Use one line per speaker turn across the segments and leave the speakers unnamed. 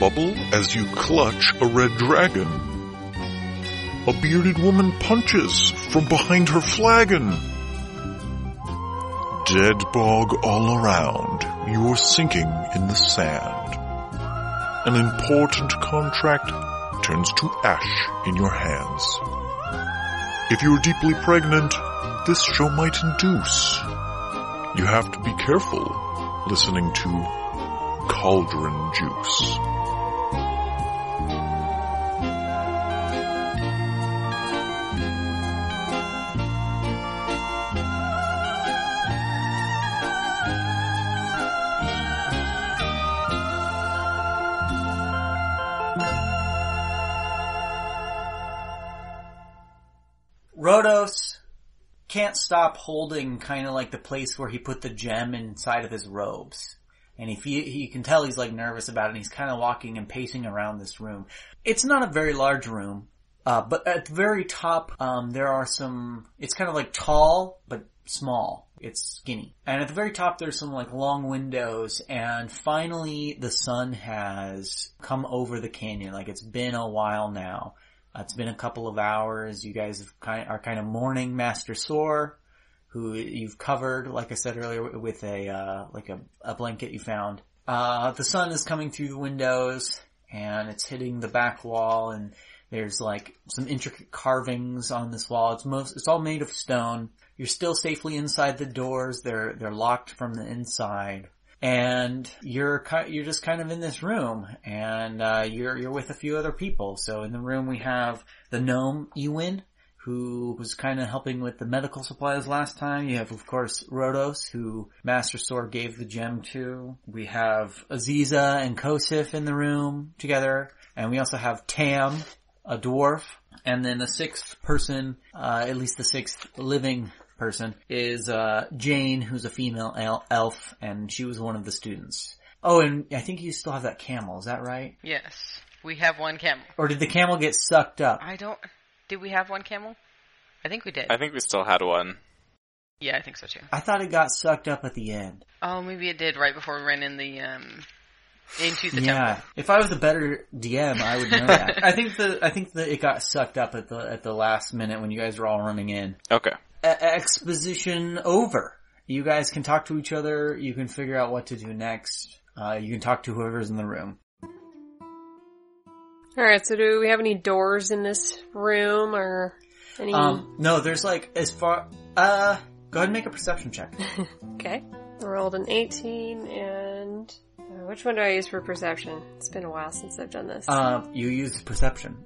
bubble as you clutch a red dragon. A bearded woman punches from behind her flagon. Dead bog all around, you're sinking in the sand. An important contract turns to ash in your hands. If you're deeply pregnant, this show might induce. You have to be careful listening to Cauldron Juice.
Rhodos can't stop holding kind of like the place where he put the gem inside of his robes. And if he, he can tell he's like nervous about it and he's kind of walking and pacing around this room. It's not a very large room, uh, but at the very top, um, there are some, it's kind of like tall, but small. It's skinny. And at the very top, there's some like long windows and finally the sun has come over the canyon. Like it's been a while now. Uh, It's been a couple of hours. You guys have kind are kind of mourning Master Sore, who you've covered, like I said earlier, with a uh, like a, a blanket you found. Uh, the sun is coming through the windows, and it's hitting the back wall. And there's like some intricate carvings on this wall. It's most it's all made of stone. You're still safely inside the doors. They're they're locked from the inside and you're ki- you're just kind of in this room, and uh, you're you're with a few other people. So in the room we have the gnome Ewan, who was kind of helping with the medical supplies last time. You have of course Rhodos, who Master Sword gave the gem to. We have Aziza and Kosif in the room together, and we also have Tam, a dwarf, and then the sixth person, uh, at least the sixth living person, is uh, Jane, who's a female el- elf, and she was one of the students. Oh, and I think you still have that camel. Is that right?
Yes, we have one camel.
Or did the camel get sucked up?
I don't. Did we have one camel? I think we did.
I think we still had one.
yeah, I think so too.
I thought it got sucked up at the end.
Oh, maybe it did right before we ran in the um into the
yeah.
temple.
If I was a better DM, I would know that. I think the I think that it got sucked up at the at the last minute when you guys were all running in.
Okay.
E- exposition over. You guys can talk to each other. You can figure out what to do next. Uh, you can talk to whoever's in the room.
Alright, so do we have any doors in this room or any.
Um, no, there's like as far. Uh, go ahead and make a perception check.
okay. I rolled an 18 and. uh, Which one do I use for perception? It's been a while since I've done this.
Uh, you use perception.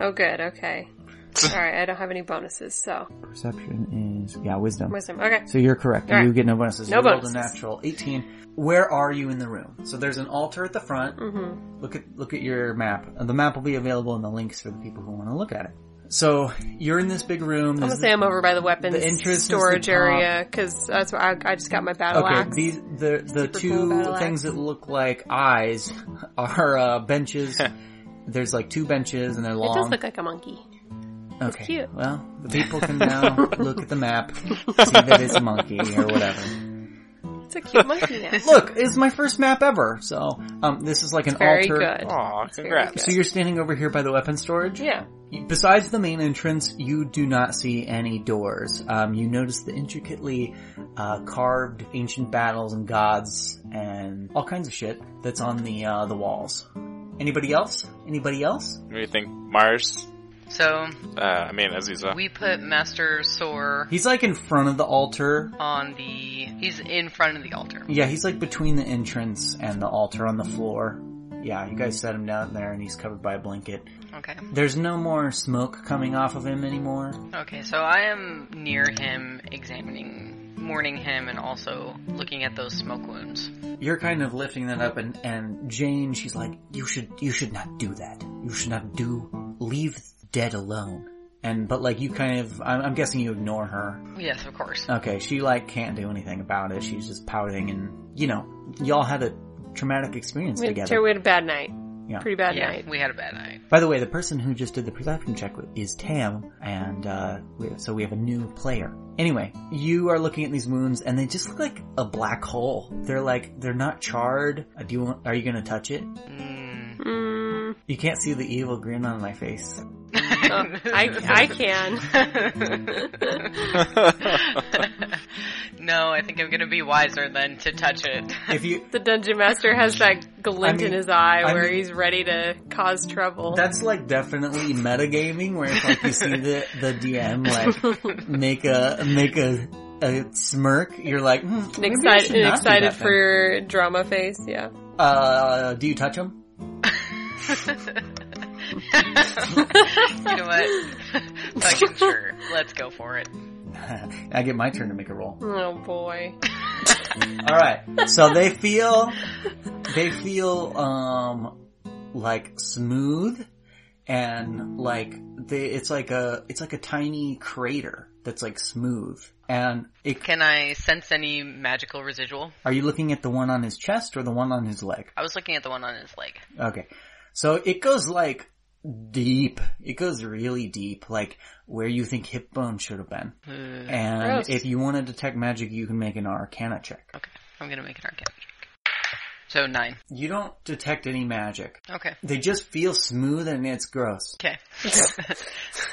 oh, good, okay. Alright, I don't have any bonuses, so.
Perception is yeah, wisdom.
Wisdom, okay.
So you're correct.
All right.
You get no bonuses.
No
you rolled a
bonuses.
natural eighteen. Where are you in the room? So there's an altar at the front.
Mm-hmm.
Look at look at your map. The map will be available in the links for the people who want to look at it. So you're in this big room.
I'm gonna
This-
say I'm over by the weapons
the entrance is the
storage
top.
area, cause that's where I, I just got my battle
Okay,
axe.
these the the
Super
two
cool battle axe.
things that look like eyes are uh, benches. There's like two benches and they're
It
long.
does look like a monkey.
okay.
cute.
Well, the people can now look at the map, see that it's a monkey or whatever.
It's a cute monkey now.
Look, it's my first map ever. So, um, this is like an
Very
altar.
good.
Aw,
very
congrats.
So you're standing over here by the weapon storage.
Yeah.
Besides the main entrance, you do not see any doors. Um, you notice the intricately uh, carved ancient battles and gods and all kinds of shit that's on the uh, the walls. Anybody else? Anybody else?
What do you think, Mars?
So
Uh, I mean, Aziza.
we put Master Sor
He's like in front of the altar.
on the. He's in front of the altar.
Yeah, he's like between the entrance and the altar on the floor. Yeah, you guys set him down there, and he's covered by a blanket.
Okay.
There's no more smoke coming off of him anymore.
Okay. So I am near him, examining, mourning him, and also looking at those smoke wounds.
You're kind of lifting that up, and, and Jane, she's like, "You should, you should not do that. You should not do leave the dead alone." And but like you kind of, I'm, I'm guessing you ignore her.
Yes, of course.
Okay, she like can't do anything about it. She's just pouting, and you know, y'all had a traumatic experience
We had,
together.
we had a bad night.
Yeah.
Pretty bad
yeah,
night.
we had a bad night.
By the way, the person who just did the perception check is Tam, and uh, we, so we have a new player. Anyway, you are looking at these wounds, and they just look like a black hole. They're like they're not charred. Uh, Do you want, are you going to touch it?
Mm,
Mm,
You can't see the evil grin on my face.
oh, I, I can.
no, I think I'm gonna be wiser than to touch it.
If you,
The dungeon master has that glint
I mean-
in his eye
I
where
mean-
he's ready to cause trouble.
that's like definitely metagaming, where it's like you see the the DM like make a make a a smirk. You're like hmm,
An
maybe I
excited,
should
an
not do
excited
that
for
then.
your drama face, yeah.
Uh, do you touch him?
you know what? Fucking sure. Let's go for it.
I get my turn to make a roll.
Oh boy.
All right. So they feel they feel um like smooth and like they it's like a it's like a tiny crater that's like smooth. And it
Can I sense any magical residual?
are you looking at the one on his chest or the one on his leg?
I was looking at the one on his leg.
Okay. So it goes like deep. It goes really deep, like where you think hip bone should have been.
Ugh.
And
Gross.
if you want to detect magic, you can make an arcana check.
Okay, I'm gonna make an arcana check. So nine.
You don't detect any magic.
Okay.
They just feel smooth and it's gross.
Okay.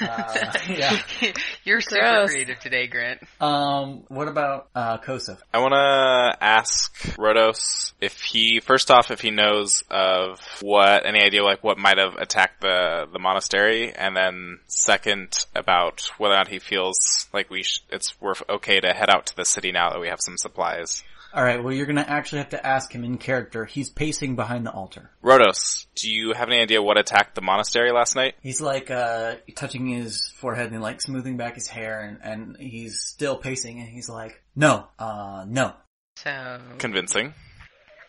Uh, yeah.
You're super
Gross.
creative today, Grant.
Um, what about, uh, Kosov?
I want to ask Rhodos if he, first off, if he knows of what, any idea like what might have attacked the, the monastery, and then second, about whether or not he feels like we sh- it's, we're okay to head out to the city now that we have some supplies.
Alright, well you're gonna actually have to ask him in character. He's pacing behind the altar.
Rhodos, do you have any idea what attacked the monastery last night?
He's like, uh, touching his forehead and like smoothing back his hair and, and he's still pacing and he's like, no, uh, no,
So
Convincing.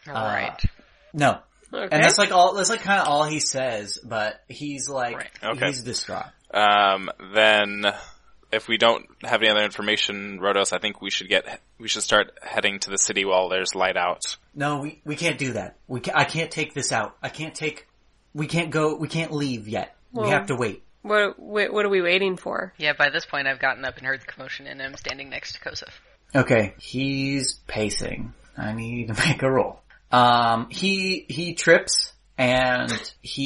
uh,
right.
no.
Okay.
And that's like all, that's like kinda all he says, but he's like,
Right.
Okay.
he's distraught.
Um, then if we don't have any other information, Rhodos, I think we should get, we should start heading to the city while there's light out.
No, we, we can't do that. We ca I can't take this out. I can't take, we can't go, we can't leave yet.
Well-
we have to wait.
What, what what are we waiting for?
Yeah, by this point I've gotten up and heard the commotion and I'm standing next to Kosov.
Okay, he's pacing. I need to make a roll. Um, he he trips and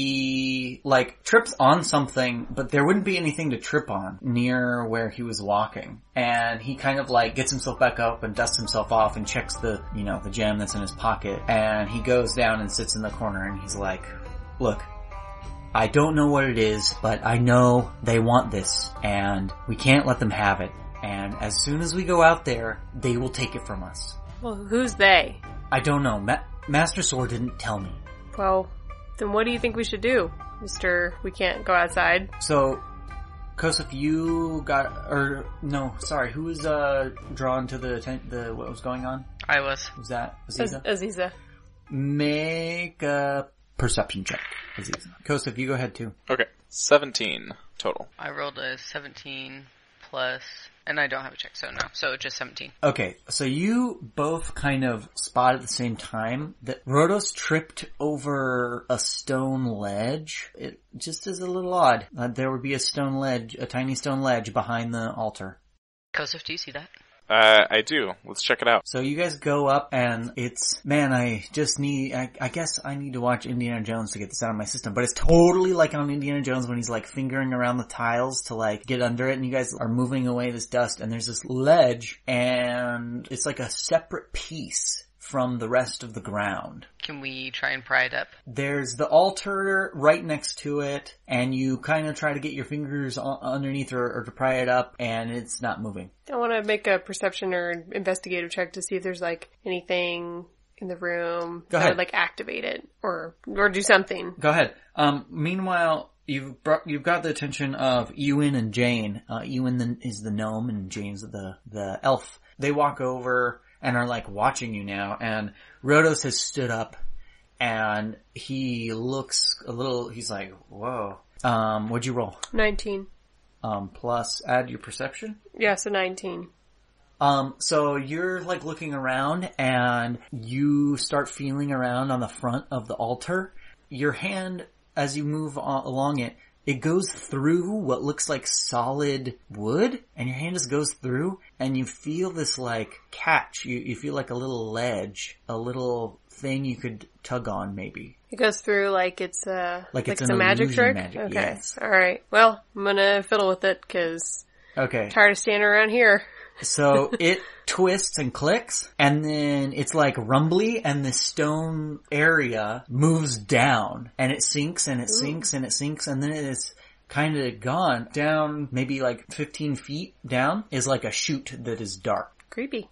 he like trips on something, but there wouldn't be anything to trip on near where he was walking. And he kind of like gets himself back up and dusts himself off and checks the you know the gem that's in his pocket. And he goes down and sits in the corner and he's like, "Look." I don't know what it is, but I know they want this, and we can't let them have it. And as soon as we go out there, they will take it from us.
Well, who's they?
I don't know. Ma- Master Sword didn't tell me.
Well, then what do you think we should do, Mister? We can't go outside.
So, Kosef, you got, or no, sorry, who was uh drawn to the atten- the what was going on?
I was.
Was that
Az-
Aziza?
Aziza.
Make a perception check, Aziza. Kosef, you go ahead too.
Okay. 17 total.
I rolled a 17 plus, and I don't have a check, so no. So just 17.
Okay, so you both kind of spot at the same time that Rhodos tripped over a stone ledge. It just is a little odd that there would be a stone ledge, a tiny stone ledge behind the altar.
Kosov, do you see that?
Uh, I do. Let's check it out.
So you guys go up and it's, man, I just need, I, I guess I need to watch Indiana Jones to get this out of my system, but it's totally like on Indiana Jones when he's like fingering around the tiles to like get under it and you guys are moving away this dust and there's this ledge and it's like a separate piece from the rest of the ground.
Can we try and pry it up?
There's the altar right next to it and you kind of try to get your fingers u- underneath or, or to pry it up and it's not moving.
I want to make a perception or investigative check to see if there's like anything in the room
Go
that
ahead.
would like activate it or or do something.
Go ahead. Um, meanwhile, you've brought, you've got the attention of Ewan and Jane. Uh, Ewan the, is the gnome and Jane's the, the elf. They walk over and are like watching you now and Rhodos has stood up and he looks a little, he's like, whoa. Um, what'd you roll?
Nineteen.
Um, plus add your perception?
Yeah, so nineteen.
Um, so you're like looking around and you start feeling around on the front of the altar. Your hand, as you move a- along it, it goes through what looks like solid wood and your hand just goes through and you feel this like catch. You, you feel like a little ledge, a little thing you could tug on maybe.
It goes through like it's a
Like it's
a
an
magic
illusion
trick.
magic,
okay,
yes.
all right. Well, I'm gonna fiddle with it because
Okay.
tired of standing around here.
So it twists and clicks and then it's like rumbly and the stone area moves down and it sinks and it sinks and it sinks and then it is kind of gone down maybe like 15 feet down is like a chute that is dark.
Creepy.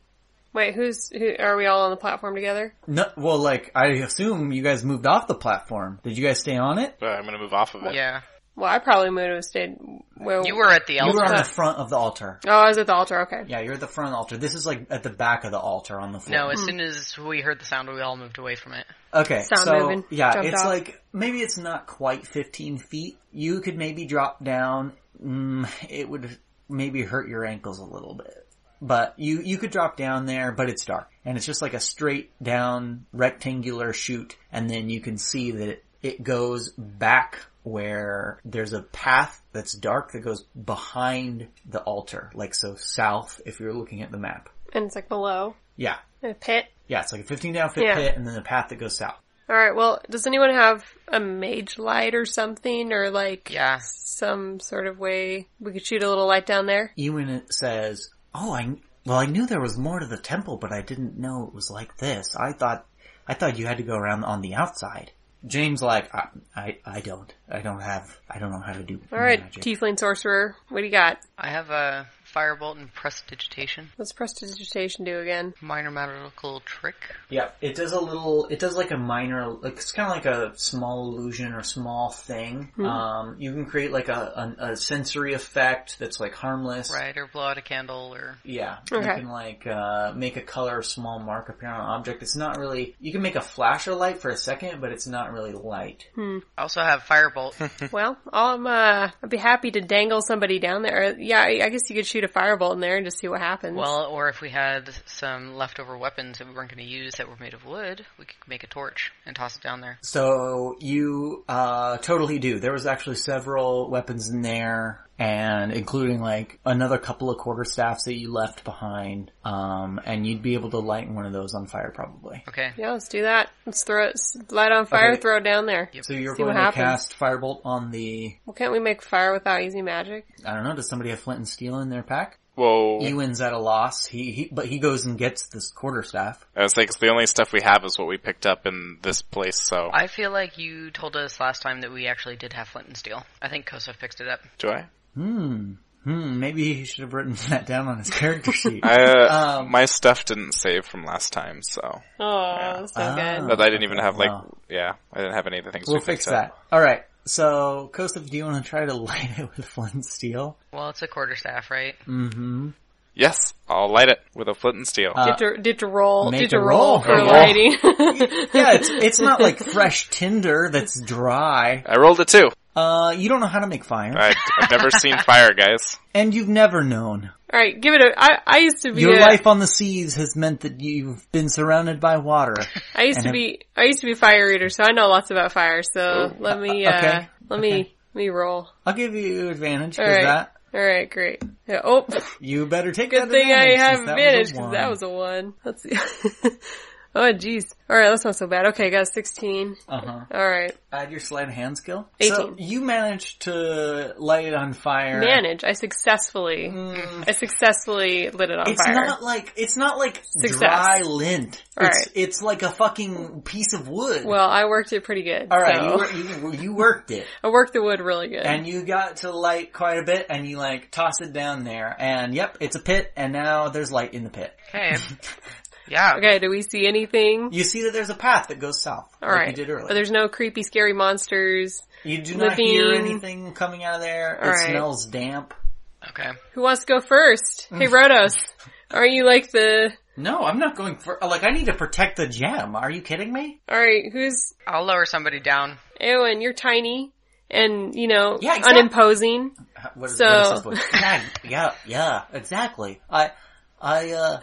Wait, who's who? Are we all on the platform together?
No, well like I assume you guys moved off the platform. Did you guys stay on it?
But Uh, I'm gonna move off of it.
Yeah.
Well, I probably would have stayed. Well,
You were at the
You were
altar.
on the front of the altar.
Oh, I was at the altar. Okay.
Yeah, you're at the front of the altar. This is like at the back of the altar on the floor.
No, as soon as we heard the sound, we all moved away from it.
Okay,
Sound
so
moving,
yeah,
jumped
it's
off.
like maybe it's not quite 15 feet. You could maybe drop down. Mm, it would maybe hurt your ankles a little bit, but you you could drop down there. But it's dark, and it's just like a straight down rectangular chute, and then you can see that it, it goes back where there's a path that's dark that goes behind the altar, like so south if you're looking at the map.
And it's like below
Yeah,
in a pit.
yeah, it's like a 15 down fit
Yeah.
pit, and then a path that goes south.
All right. Well, does anyone have a mage light or something, or like
Yeah.
some sort of way we could shoot a little light down there?
Ewan says, "Oh, I well, I knew there was more to the temple, but I didn't know it was like this. I thought, I thought you had to go around on the outside." James like, I, I, I don't, I don't have, I don't know how to do
All right,
magic.
Tiefling sorcerer, what do you got?
I have a firebolt and prestidigitation.
What's prestidigitation do again?
Minor magical trick.
yeah, it does a little, it does like a minor, like it's kind of like a small illusion or small thing.
Mm-hmm.
Um, you can create like a, a, a sensory effect that's like harmless.
Right, or blow out a candle, or
Yeah, you
Okay.
can like uh, make a color or small mark appear on an object. It's not really. You can make a flash of light for a second, but it's not really light.
Hmm.
I also have firebolt.
Well, I'm uh, I'd be happy to dangle somebody down there. Yeah, I I guess you could shoot a firebolt in there and just see what happens.
well, or if we had some leftover weapons that we weren't going to use that were made of wood, we could make a torch and toss it down there.
So you uh, totally do. There was actually several weapons in there, and including like another couple of quarter staffs that you left behind. Um, and you'd be able to light one of those on fire probably.
Okay.
yeah, let's do that. Let's throw it, s- light on fire,
Okay.
throw it down there.
So you're
See
going
what
to
happens.
cast firebolt on the.
Well, can't we make fire without using magic?
I don't know. Does somebody have flint and steel in their pack?
Whoa.
Ewan's at a loss. He, he but he goes and gets this quarter staff.
I was like, 'cause the only stuff we have is what we picked up in this place. So
I feel like you told us last time that we actually did have flint and steel. I think Kosov fixed it up.
do I?
Hmm. Hmm. Maybe he should have written that down on his character sheet.
I uh,
Um,
my stuff didn't save from last time, so
Oh, that's so
Ah.
good.
but I didn't even have like
Wow.
yeah, I didn't have any of the things.
we'll
we
fix
picked up.
that. All right. So, Kosov, do you want to try to light it with flint and steel?
Well, it's a quarterstaff, right?
Mm-hmm.
Yes, I'll light it with a flint and steel.
Uh,
Did to, did to roll,
Ah. make
did to
a
roll
roll. Oh,
for
A roll.
lighting.
Yeah, it's it's not like fresh tinder that's dry.
I rolled a two.
Uh, you don't know how to make fire,
I, I've never seen fire, guys.
and you've never known.
All right, give it a. I, I used to be.
Your
a-
life on the seas has meant that you've been surrounded by water.
I used to
and
be. I used to be a fire reader, so I know lots about fire. So let me. Uh,
Oh, okay,
Let me. Let me roll.
I'll give you advantage
All
because
right.
that
All right, great. Yeah, oh,
you better take
good
that
thing I
advantage,
have
since that was a
advantage because
one.
that was a one. Let's see. oh, jeez. All right, that's not so bad. Okay, I got a sixteen.
uh-huh.
All right,
Add your sleight of hand skill.
18.
So you managed to light it on fire. Mm,
manage. I successfully. I successfully lit it on
It's
fire.
not like it's not like
Success.
dry lint. It's
Alright.
it's like a fucking piece of wood.
well, I worked it pretty good.
all right,
so-
you wor- you, wor- you worked it,
I worked the wood really good.
and you got to light quite a bit, and you like toss it down there, and yep, it's a pit, and now there's light in the pit.
Okay. yeah.
okay, do we see anything?
You see that there's a path that goes south,
All
like
right.
you did
But
earlier.
there's no creepy, scary monsters.
You do not hear
living-
anything coming out of there. it
Alright.
smells damp.
Okay.
Who wants to go first? Hey, Rhodos, aren't you like the?
No, I'm not going for like I need to protect the gem. Are you kidding me?
All right, who's
I'll lower somebody down.
Eowyn? You're tiny and you know
Yeah, exact-
unimposing.
Uh, What is,
So-
what is this voice? yeah, yeah, yeah, exactly. I, I, uh,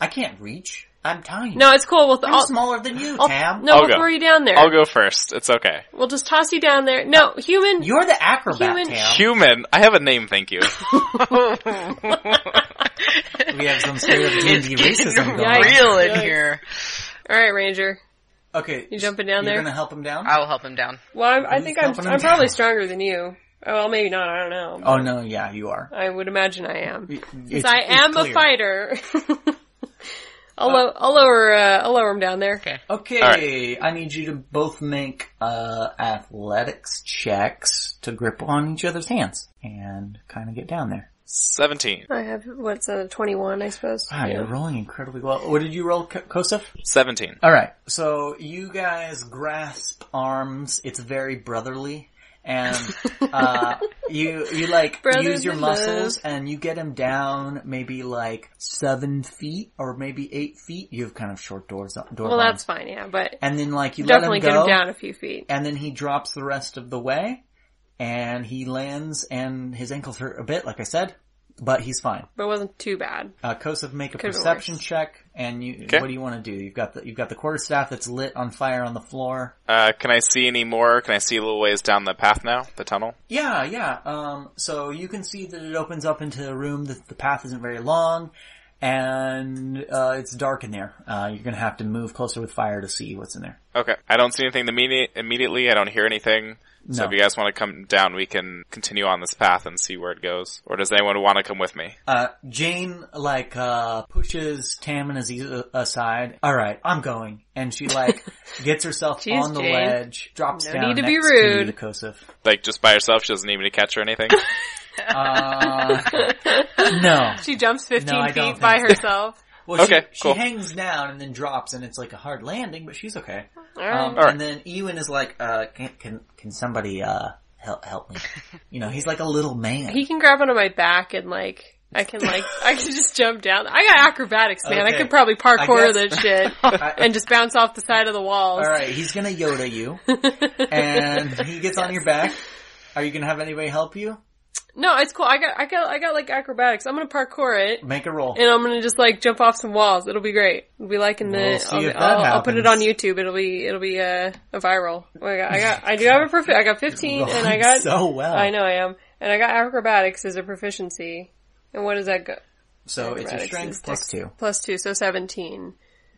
I can't reach. I'm tiny.
No, it's cool. We'll
I'm
I'll,
smaller than you,
I'll-
Tam.
no,
I'll
we'll
go.
throw you down there.
I'll go first. It's okay.
We'll just toss you down there. No, human.
You're the acrobat,
Human-
Tam.
Human. I have a name. Thank you.
We have some sort of D&D
It's
racism
getting
going. on.
real in
Yikes.
here.
All right, Ranger.
Okay.
You jumping down
You're
there?
gonna help him down?
I'll help him down.
Well, I'm, I
Who's
think I'm,
helping him
I'm probably
down?
stronger than you. Oh, Well, maybe not. I don't know.
oh no, yeah, you are.
I would imagine I am.
It's-
Because I
it's
am a
clear.
fighter. I'll, lo- I'll lower, uh, I'll lower him down there.
Okay.
Okay,
All
I need you to both make uh athletics checks to grip on each other's hands and kind of get down there.
17.
I have, what's a 21, I suppose.
Wow, you're rolling incredibly well. What did you roll, K- Kosef?
17.
All right. So you guys grasp arms. It's very brotherly, and uh, you you like
Brotherly
use your
love.
muscles, and you get him down maybe like seven feet or maybe eight feet. You have kind of short doors. Door
Well,
lines.
that's fine, yeah, but
and then like you
definitely
let
get
him go,
him down a few feet.
and then he drops the rest of the way, and he lands, and his ankles hurt a bit, like I said, but he's fine.
But it wasn't too bad.
Uh, Kosov, make a
Could've been
perception
worse.
check, and you.
Okay.
What do you want to do? You've got the you've got the quarterstaff that's lit on fire on the floor.
Uh, can I see any more? Can I see a little ways down the path now? The tunnel?
Yeah, yeah. Um, so you can see that it opens up into a room that the path isn't very long, and uh, it's dark in there. Uh, you're gonna have to move closer with fire to see what's in there.
Okay. I don't see anything immediate, immediately. I don't hear anything. So
No.
if you guys want to come down, we can continue on this path and see where it goes. Or does anyone want to come with me?
Uh, Jane like uh, pushes Tam and Aziz a- aside. All right, I'm going, and she like gets herself
Jeez,
on the
Jane.
ledge, drops
No
down
need to
next
be
to
rude.
the Kosov.
Like just by herself, she doesn't need me to catch her or anything.
Uh, no,
She jumps 15
No, I don't
feet by
think so.
herself.
Well,
Okay,
she,
cool.
she hangs down and then drops, and it's like a hard landing, but she's okay.
Alright.
Um,
All right.
And then Ewan is like, uh, can can, can somebody uh, help help me? You know, he's like a little man.
He can grab onto my back and like I can like I can just jump down. I got acrobatics, man. I
Okay.
could probably parkour
I guess-
that shit and just bounce off the side of the walls.
All right, he's gonna Yoda you, and he gets on your back. Are you gonna have anybody help you?
No, it's cool. I got I got I got like acrobatics. I'm gonna parkour it
Make a roll.
and I'm gonna just like jump off some walls. It'll be great. It'll be like in the
We'll see
I'll,
if that
I'll, I'll put it on
happens.
YouTube. It'll be it'll be uh, a viral. I got, I got I do have a perfect. I got 15 and I
Rolling
got
so well.
I know I am and I got acrobatics as a proficiency. And what does that go?
So it's your
Acrobatics
strength
is
plus
dex-
two,
Plus two, so 17.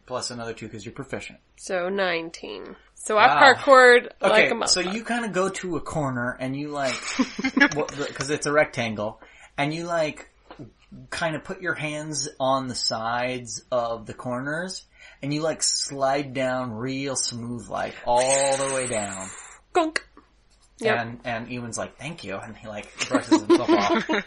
plus another two because you're proficient.
So 19. So
Wow.
I parkoured
Ah. Okay,
like a month.
so you kind of go to a corner and you like, because it's a rectangle, and you like kind of put your hands on the sides of the corners and you like slide down real smooth like all the way down.
Gonk. Yep.
And, and Ewan's like, thank you. And he like brushes himself off.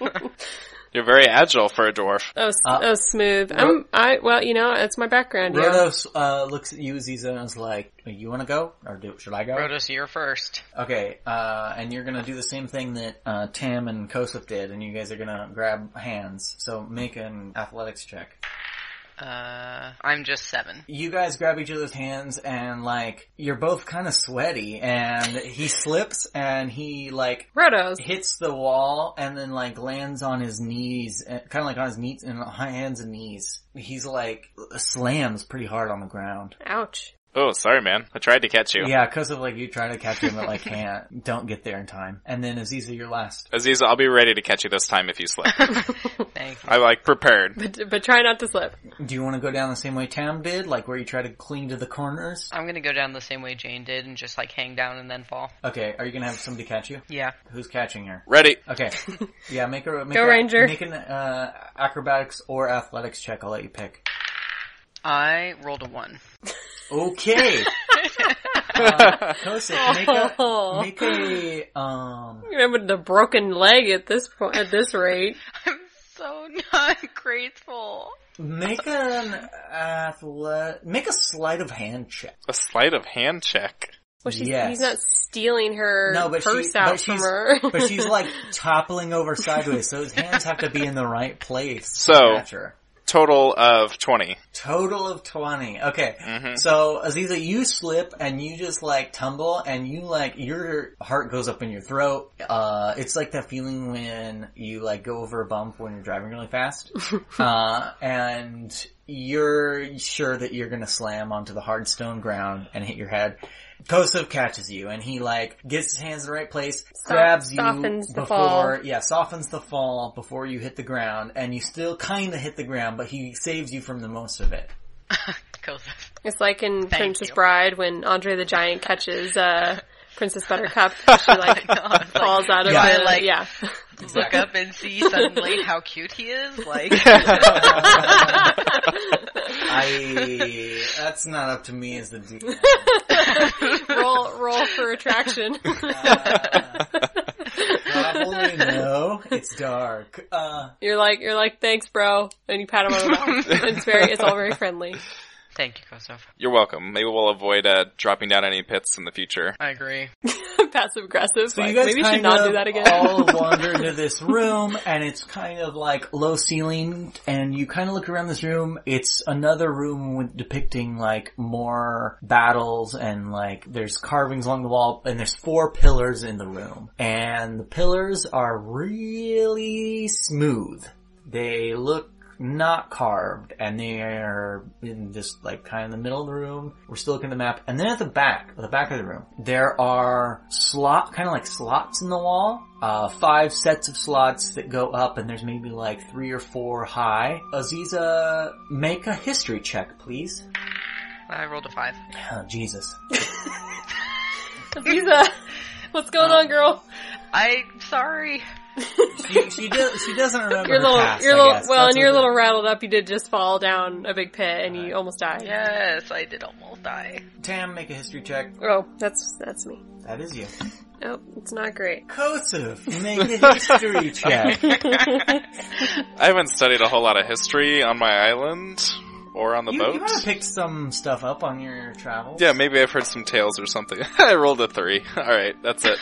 You're very agile for a dwarf.
that, was,
uh,
that was smooth. I'm, I, well, you know, it's my background, yeah.
Rhodos, uh, looks at you, Ziza, and is like, you wanna go? Or do, should I go?
Rhodos, you're first.
Okay, uh, and you're gonna do the same thing that, uh, Tam and Kosef did, and you guys are gonna grab hands. So make an athletics check.
Uh, I'm just seven.
you guys grab each other's hands and like you're both kind of sweaty and he slips and he like
Rotos.
hits the wall and then like lands on his knees kind of like on his knees and hands and knees he's like slams pretty hard on the ground
Ouch.
Oh, sorry, man. I tried to catch you.
yeah because of like you trying to catch him but like can't don't get there in time and then aziza you're last
Aziza, I'll be ready to catch you this time if you slip.
Thank you.
I'm like prepared.
But, but try not to slip.
do you want to go down the same way tam did like where you try to cling to the corners
I'm gonna go down the same way Jane did and just like hang down and then fall.
okay are you gonna have somebody catch you
Yeah.
who's catching her
Ready.
Okay. Yeah, make a make
Go
a-
Ranger.
Make an uh, acrobatics or athletics check. I'll let you pick.
I rolled a one.
Okay. uh, Kosik, make
Oh.
a make a um.
You're with the broken leg at this point, at this rate.
I'm so not grateful.
Make an athlete. Make a sleight of hand check.
A sleight of hand check.
Well, she's,
Yes.
he's not stealing her
No, but she-
purse
but
out from
she's-
her.
But she's like toppling over sideways, so his hands have to be in the right place. to
So-
catch her.
Total of 20.
Total of 20. Okay.
Mhm.
So, Aziza, you slip and you just like tumble and you like, your heart goes up in your throat. Uh, it's like that feeling when you like go over a bump when you're driving really fast. uh, and you're sure that you're gonna slam onto the hard stone ground and hit your head. Kosov catches you and he like gets his hands in the right place, grabs you
softens the
before,
fall.
yeah, softens the fall before you hit the ground and you still kinda hit the ground, but he saves you from the most of it.
Kotheth.
It's like in
Thank
Princess
you.
Bride when Andre the Giant catches uh, Princess Buttercup. She like
Oh God,
falls out of
Yeah.
the
Like-
yeah.
Look up and see suddenly how cute he is. Like,
I that's not up to me as the DM.
roll roll for attraction.
Uh, probably no. It's dark. Uh,
you're like you're like thanks, bro, and you pat him on the back. it's very it's all very friendly.
thank you, Kotheth.
You're welcome. Maybe we'll avoid uh, dropping down any pits in the future.
I agree.
Passive aggressive.
so
like,
you guys
maybe you
kind
should not
of
do that again.
all wander into this room, and it's kind of like low ceilinged, and you kind of look around this room. It's another room with depicting like more battles, and like there's carvings along the wall, and there's four pillars in the room, and the pillars are really smooth. They look not carved and they're in this like kind of the middle of the room. We're still looking at the map. And then at the back, at the back of the room, there are slot, kind of like slots in the wall. Uh, five sets of slots that go up and there's maybe like three or four high. Aziza, make a history check, please.
I rolled a five.
Oh, Jesus.
Lisa, what's going on, girl?
I sorry.
She, she, do, she doesn't remember
Your
her
little,
past,
your
I
little,
guess.
well,
That's
and you're a
what
little rattled up. You did just fall down a big pit and you almost died.
Yes, I did almost die.
the- Tam, make a history check.
Oh, that's that's me.
That is you.
Oh, it's not great.
Kosuf, make a history check.
I haven't studied a whole lot of history on my island or on the
you,
boat.
You might have picked some stuff up on your travels.
yeah, maybe I've heard some tales or something. I rolled a three. All right, that's it.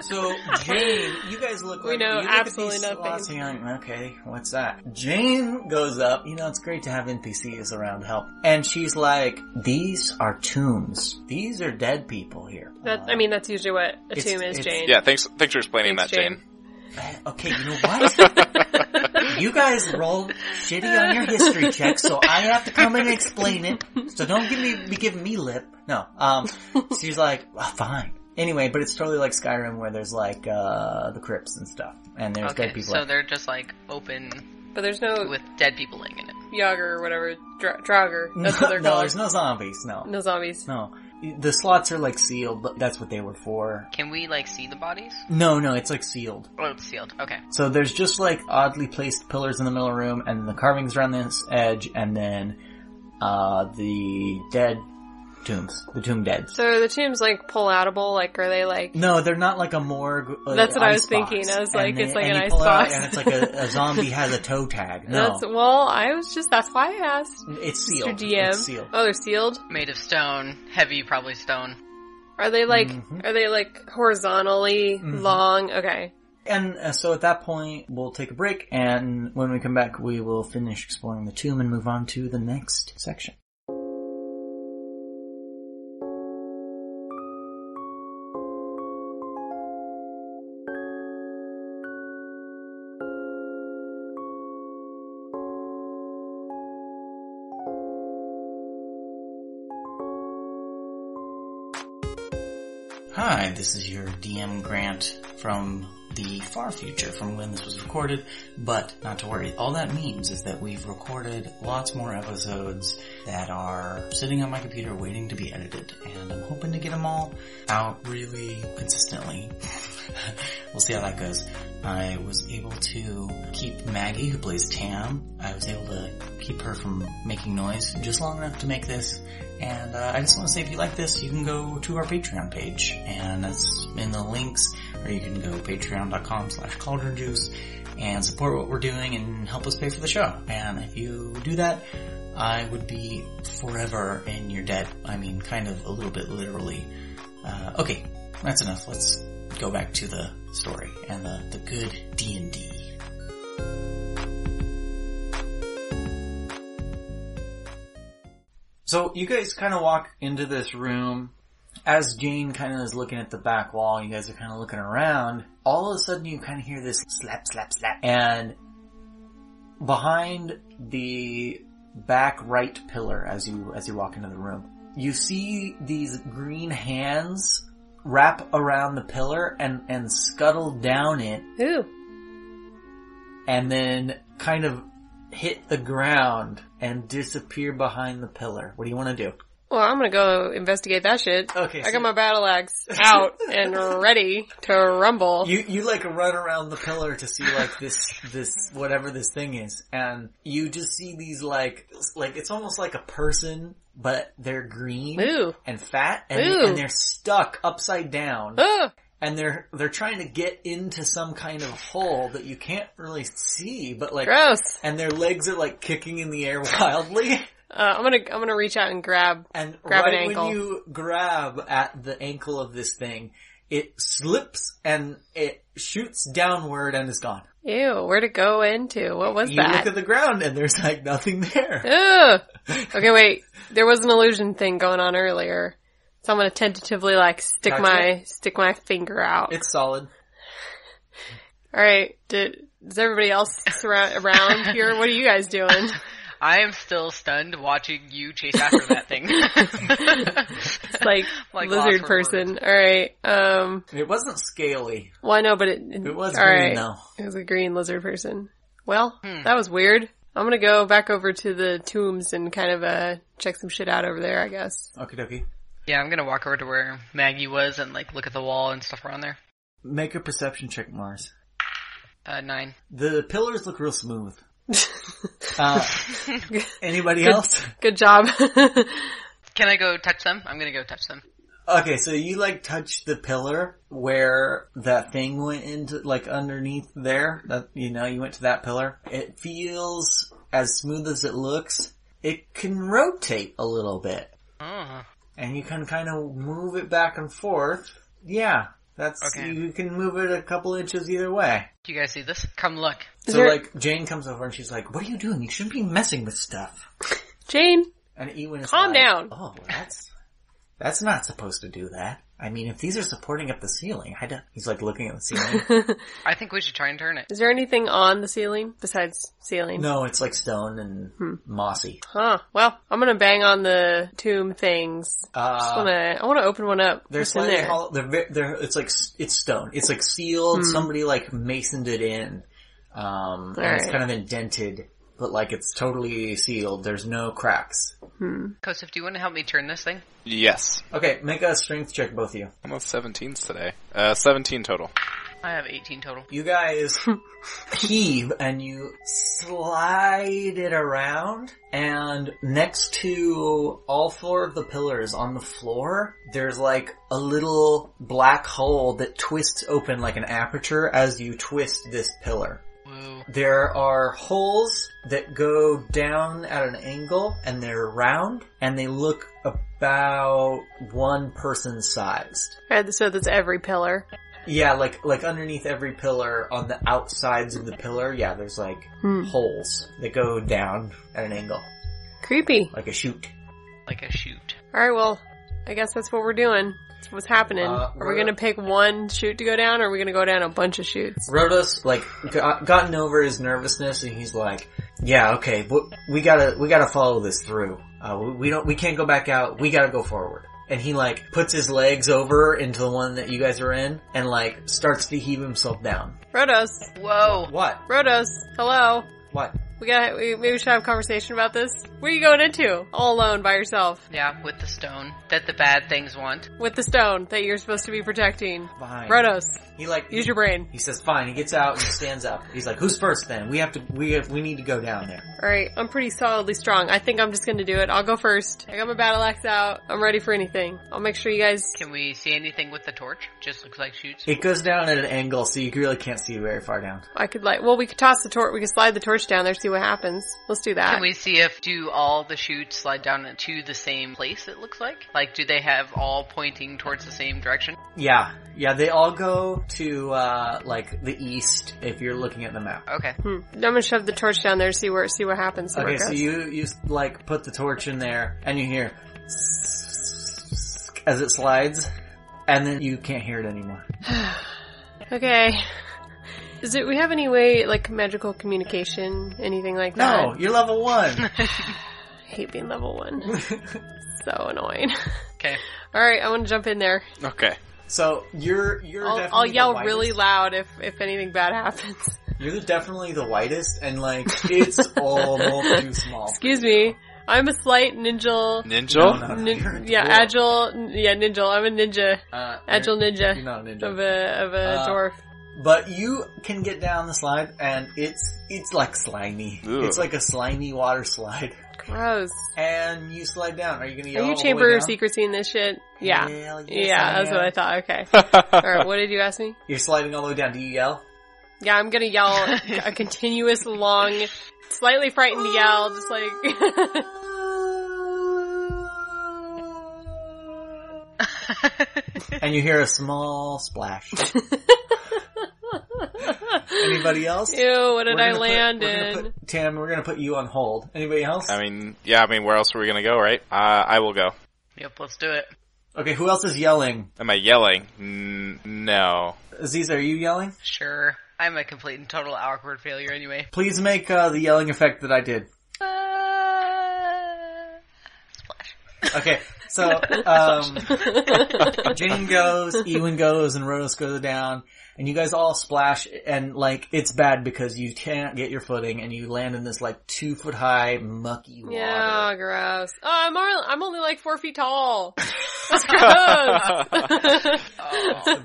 So Jane, you guys look.
We
like,
know
you look
absolutely
at these
nothing.
slots and you're like, okay, what's that? Jane goes up. You know, it's great to have NPCs around to help. And she's like, "These are tombs. These are dead people here."
That I mean, that's usually what a
It's-
tomb is,
it's-
Jane.
yeah, thanks. Thanks for explaining
Thanks,
that, Jane.
Okay, you know what? you guys rolled shitty on your history check, so I have to come in and explain it. So don't give me be giving me lip. No. Um she's like, well, fine. Anyway, but it's totally like Skyrim where there's like uh the crypts and stuff. And there's
okay,
dead people.
so they're just like open
But there's no
with dead people laying in it.
Yager or whatever dra- Draugr. That's what
no,
they're
no,
called.
there's no zombies, no.
No zombies.
No. The slots are like sealed, but that's what they were for.
Can we like see the bodies?
No, no, it's like sealed.
Oh, it's sealed. Okay.
So there's just like oddly placed pillars in the middle of the room and the carvings around this edge and then uh the dead tombs. The tomb dead.
So the tombs like pull outable. Like are they like?
No, they're not like a morgue. uh,
That's what I
ice
was thinking.
box.
I was
And
like,
they-
it's like
and
an
you
ice
pull out
box.
and it's like a, a zombie has a toe tag. No,
That's well. I was just. That's why I asked.
it's
Mr.
sealed.
DM.
It's sealed.
Oh, they're sealed.
Made of stone, heavy, probably stone.
Are they like?
Mhm.
Are they like horizontally
Mhm.
long? Okay.
And uh, so at that point, we'll take a break, and when we come back, we will finish exploring the tomb and move on to the next section. Hi, this is your DM Grant from the far future from when this was recorded, but not to worry. All that means is that we've recorded lots more episodes that are sitting on my computer waiting to be edited, and I'm hoping to get them all out really consistently. we'll see how that goes. I was able to keep Maggie, who plays Tam, I was able to keep her from making noise just long enough to make this and uh, I just want to say if you like this, you can go to our Patreon page, and that's in the links, or you can go patreon.com slash cauldron juice and support what we're doing and help us pay for the show. And if you do that, I would be forever in your debt. I mean, kind of a little bit literally. Uh, okay, that's enough. Let's go back to the story and the, the good D&D. So you guys kind of walk into this room. As Jane kind of is looking at the back wall, you guys are kind of looking around. All of a sudden, you kind of hear this slap, slap, slap, and behind the back right pillar, as you as you walk into the room, you see these green hands wrap around the pillar and and scuttle down it
Ooh.
and then kind of hit the ground and disappear behind the pillar. What do you want to do?
Well, I'm gonna go investigate that shit.
Okay,
I
so-
got my battle axe out and ready to rumble.
You you like run around the pillar to see like this this whatever this thing is, and you just see these like like it's almost like a person, but they're green
Ooh.
and fat, and,
Ooh.
and they're stuck upside down,
Ugh.
and they're they're trying to get into some kind of hole that you can't really see, but like
Gross.
and their legs are like kicking in the air wildly.
Uh, I'm gonna I'm gonna reach out and grab.
And
Grab an
right
ankle.
when you grab at the ankle of this thing, it slips and it shoots downward and is gone.
Ew, where to go into? What was
you
that?
look at the ground and there's like nothing there.
Ugh. Okay, wait. There was an illusion thing going on earlier, so I'm gonna tentatively like stick
Gotcha.
my stick my finger out.
It's solid.
All right. Did, is everybody else surra- around here? What are you guys doing?
I am still stunned watching you chase after that thing.
It's like,
Like
lizard
lost for
person. All right. Um.
It wasn't scaly.
Well, I know, but it
It was
all
green
right.
though.
It was a green lizard person. Well,
Hmm.
that was weird. I'm gonna go back over to the tombs and kind of uh check some shit out over there. I guess.
Okie dokie.
yeah, I'm gonna walk over to where Maggie was and like look at the wall and stuff around there.
Make a perception check, Mars.
Uh, nine.
The pillars look real smooth. Uh, anybody else?
Good job.
Can I go touch them? I'm gonna go touch them.
Okay, so you like touch the pillar where that thing went into, like underneath there. That you know, you went to that pillar. It feels as smooth as it looks. It can rotate a little bit,
Oh,
and you can kind of move it back and forth. Yeah, that's
Okay.
you can move it a couple inches either way.
do you guys see this? Come look.
Is
so
there-
like Jane comes over and she's like, "What are you doing? You shouldn't be messing with stuff."
Jane,
And Ewan is
Calm
like,
down.
Oh, that's that's not supposed to do that. I mean, if these are supporting up the ceiling, I don't. He's like looking at the ceiling.
I think we should try and turn it.
is there anything on the ceiling besides ceiling?
no, it's like stone and
Hmm.
mossy.
Huh. Well, I'm gonna bang on the tomb things. Just
Uh,
wanna, I want to open one up.
they're
What's in
slightly
there?
hollow. They're, ve- they're it's like s- it's stone. It's like sealed.
Hmm.
Somebody like masoned it in. Um, and it's
Alright.
kind of indented, but like it's totally sealed. There's no cracks.
Kosef, do you want to help me turn this thing?
Yes.
Okay, make a strength check, both of you.
I'm with 17s today. Uh, 17 total.
I have 18 total.
You guys heave and you slide it around and next to all four of the pillars on the floor, there's like a little black hole that twists open like an aperture as you twist this pillar.
Whoa.
There are holes that go down at an angle and they're round and they look about one person sized.
Alright, so that's every pillar.
Yeah, like like underneath every pillar on the outsides of the pillar, yeah, there's like holes that go down at an angle,
Creepy.
like a chute.
Like a shoot.
All right, well, I guess that's what we're doing. That's what's happening.
Uh,
are
we're-
we gonna pick one chute to go down, or are we gonna go down a bunch of shoots?
Rhodos like got, gotten over his nervousness, and he's like, "Yeah, okay, but we gotta we gotta follow this through. Uh, we, we don't we can't go back out. We gotta go forward." And he like puts his legs over into the one that you guys are in, and like starts to heave himself down.
Rhodos,
Whoa.
What?
Rhodos, hello.
What?
We got. We, maybe we should have a conversation about this. Where are you going into? All alone by yourself
Yeah, with the stone that the bad things want.
with the stone that you're supposed to be protecting.
Fine.
Rhodos,
He like
use your brain.
He says, "Fine." He gets out and stands up. He's like, "Who's first? Then we have to. We have. We need to go down there."
All right, I'm pretty solidly strong. I think I'm just gonna do it. I'll go first. I got my battle axe out. I'm ready for anything. I'll make sure you guys.
Can we see anything with the torch? Just looks like shoots.
It goes down at an angle, so you really can't see very far down.
I could like. Well, we could toss the torch. We could slide the torch down there. See what happens. Let's do that.
Can we see if do all the shoots slide down to the same place? It looks like. Like, do they have all pointing towards the same direction?
Yeah, yeah. They all go to uh, like the east if you're looking at the map.
Okay.
Hmm. I'm gonna shove the torch down there. See where. See what happens. see where
Okay,
it
so
goes.
you you like put the torch in there, and you hear as it slides, and then you can't hear it anymore.
Okay. Is it? We have any way like magical communication, anything like that?
No, you're level one.
I hate being level one. so annoying.
Okay.
All right, I want to jump in there.
Okay.
so you're you're.
I'll,
definitely
I'll
the
yell
widest.
really loud if if anything bad happens.
You're definitely the whitest, and like it's almost too small.
Excuse me. I'm a slight ninja.
Ninjal?
No, no. Oh, You're
Nin-
a
yeah,
dwarf.
agile. Yeah, ninja. I'm a ninja.
Uh,
Agile
You're, you're
ninja
not a ninja.
of a of a
Uh,
dwarf.
But you can get down the slide, and it's it's like slimy.
Ew.
It's like a slimy water slide,
Gross.
and you slide down. Are you gonna? Go
Are
all
you
the way
chamber
down?
secreting this shit? Yeah.
Hell yes,
yeah,
I
that's
am.
what I thought. Okay. All right. What did you ask me?
You're sliding all the way down. E Do you yell?
Yeah, I'm gonna yell a continuous, long, slightly frightened yell, just like.
And you hear a small splash. Anybody else?
Ew! What did
We're
I
gonna put-
land
we're
in?
gonna put- Tim, we're gonna put you on hold. Anybody else?
I mean, yeah, I mean, where else were we gonna go, right? Uh, I will go.
Yep, let's do it.
okay, who else is yelling?
Am I yelling? N- no.
Aziz, are you yelling?
Sure. I'm a complete and total awkward failure anyway.
Please make uh, the yelling effect that I did.
Uh, splash.
Okay, so um, Jane goes, Ewan goes, and Rodos goes down, and you guys all splash, and like it's bad because you can't get your footing, and you land in this like two foot high mucky water.
Yeah, gross. Oh, I'm only, I'm only like four feet tall. That's gross.
Oh,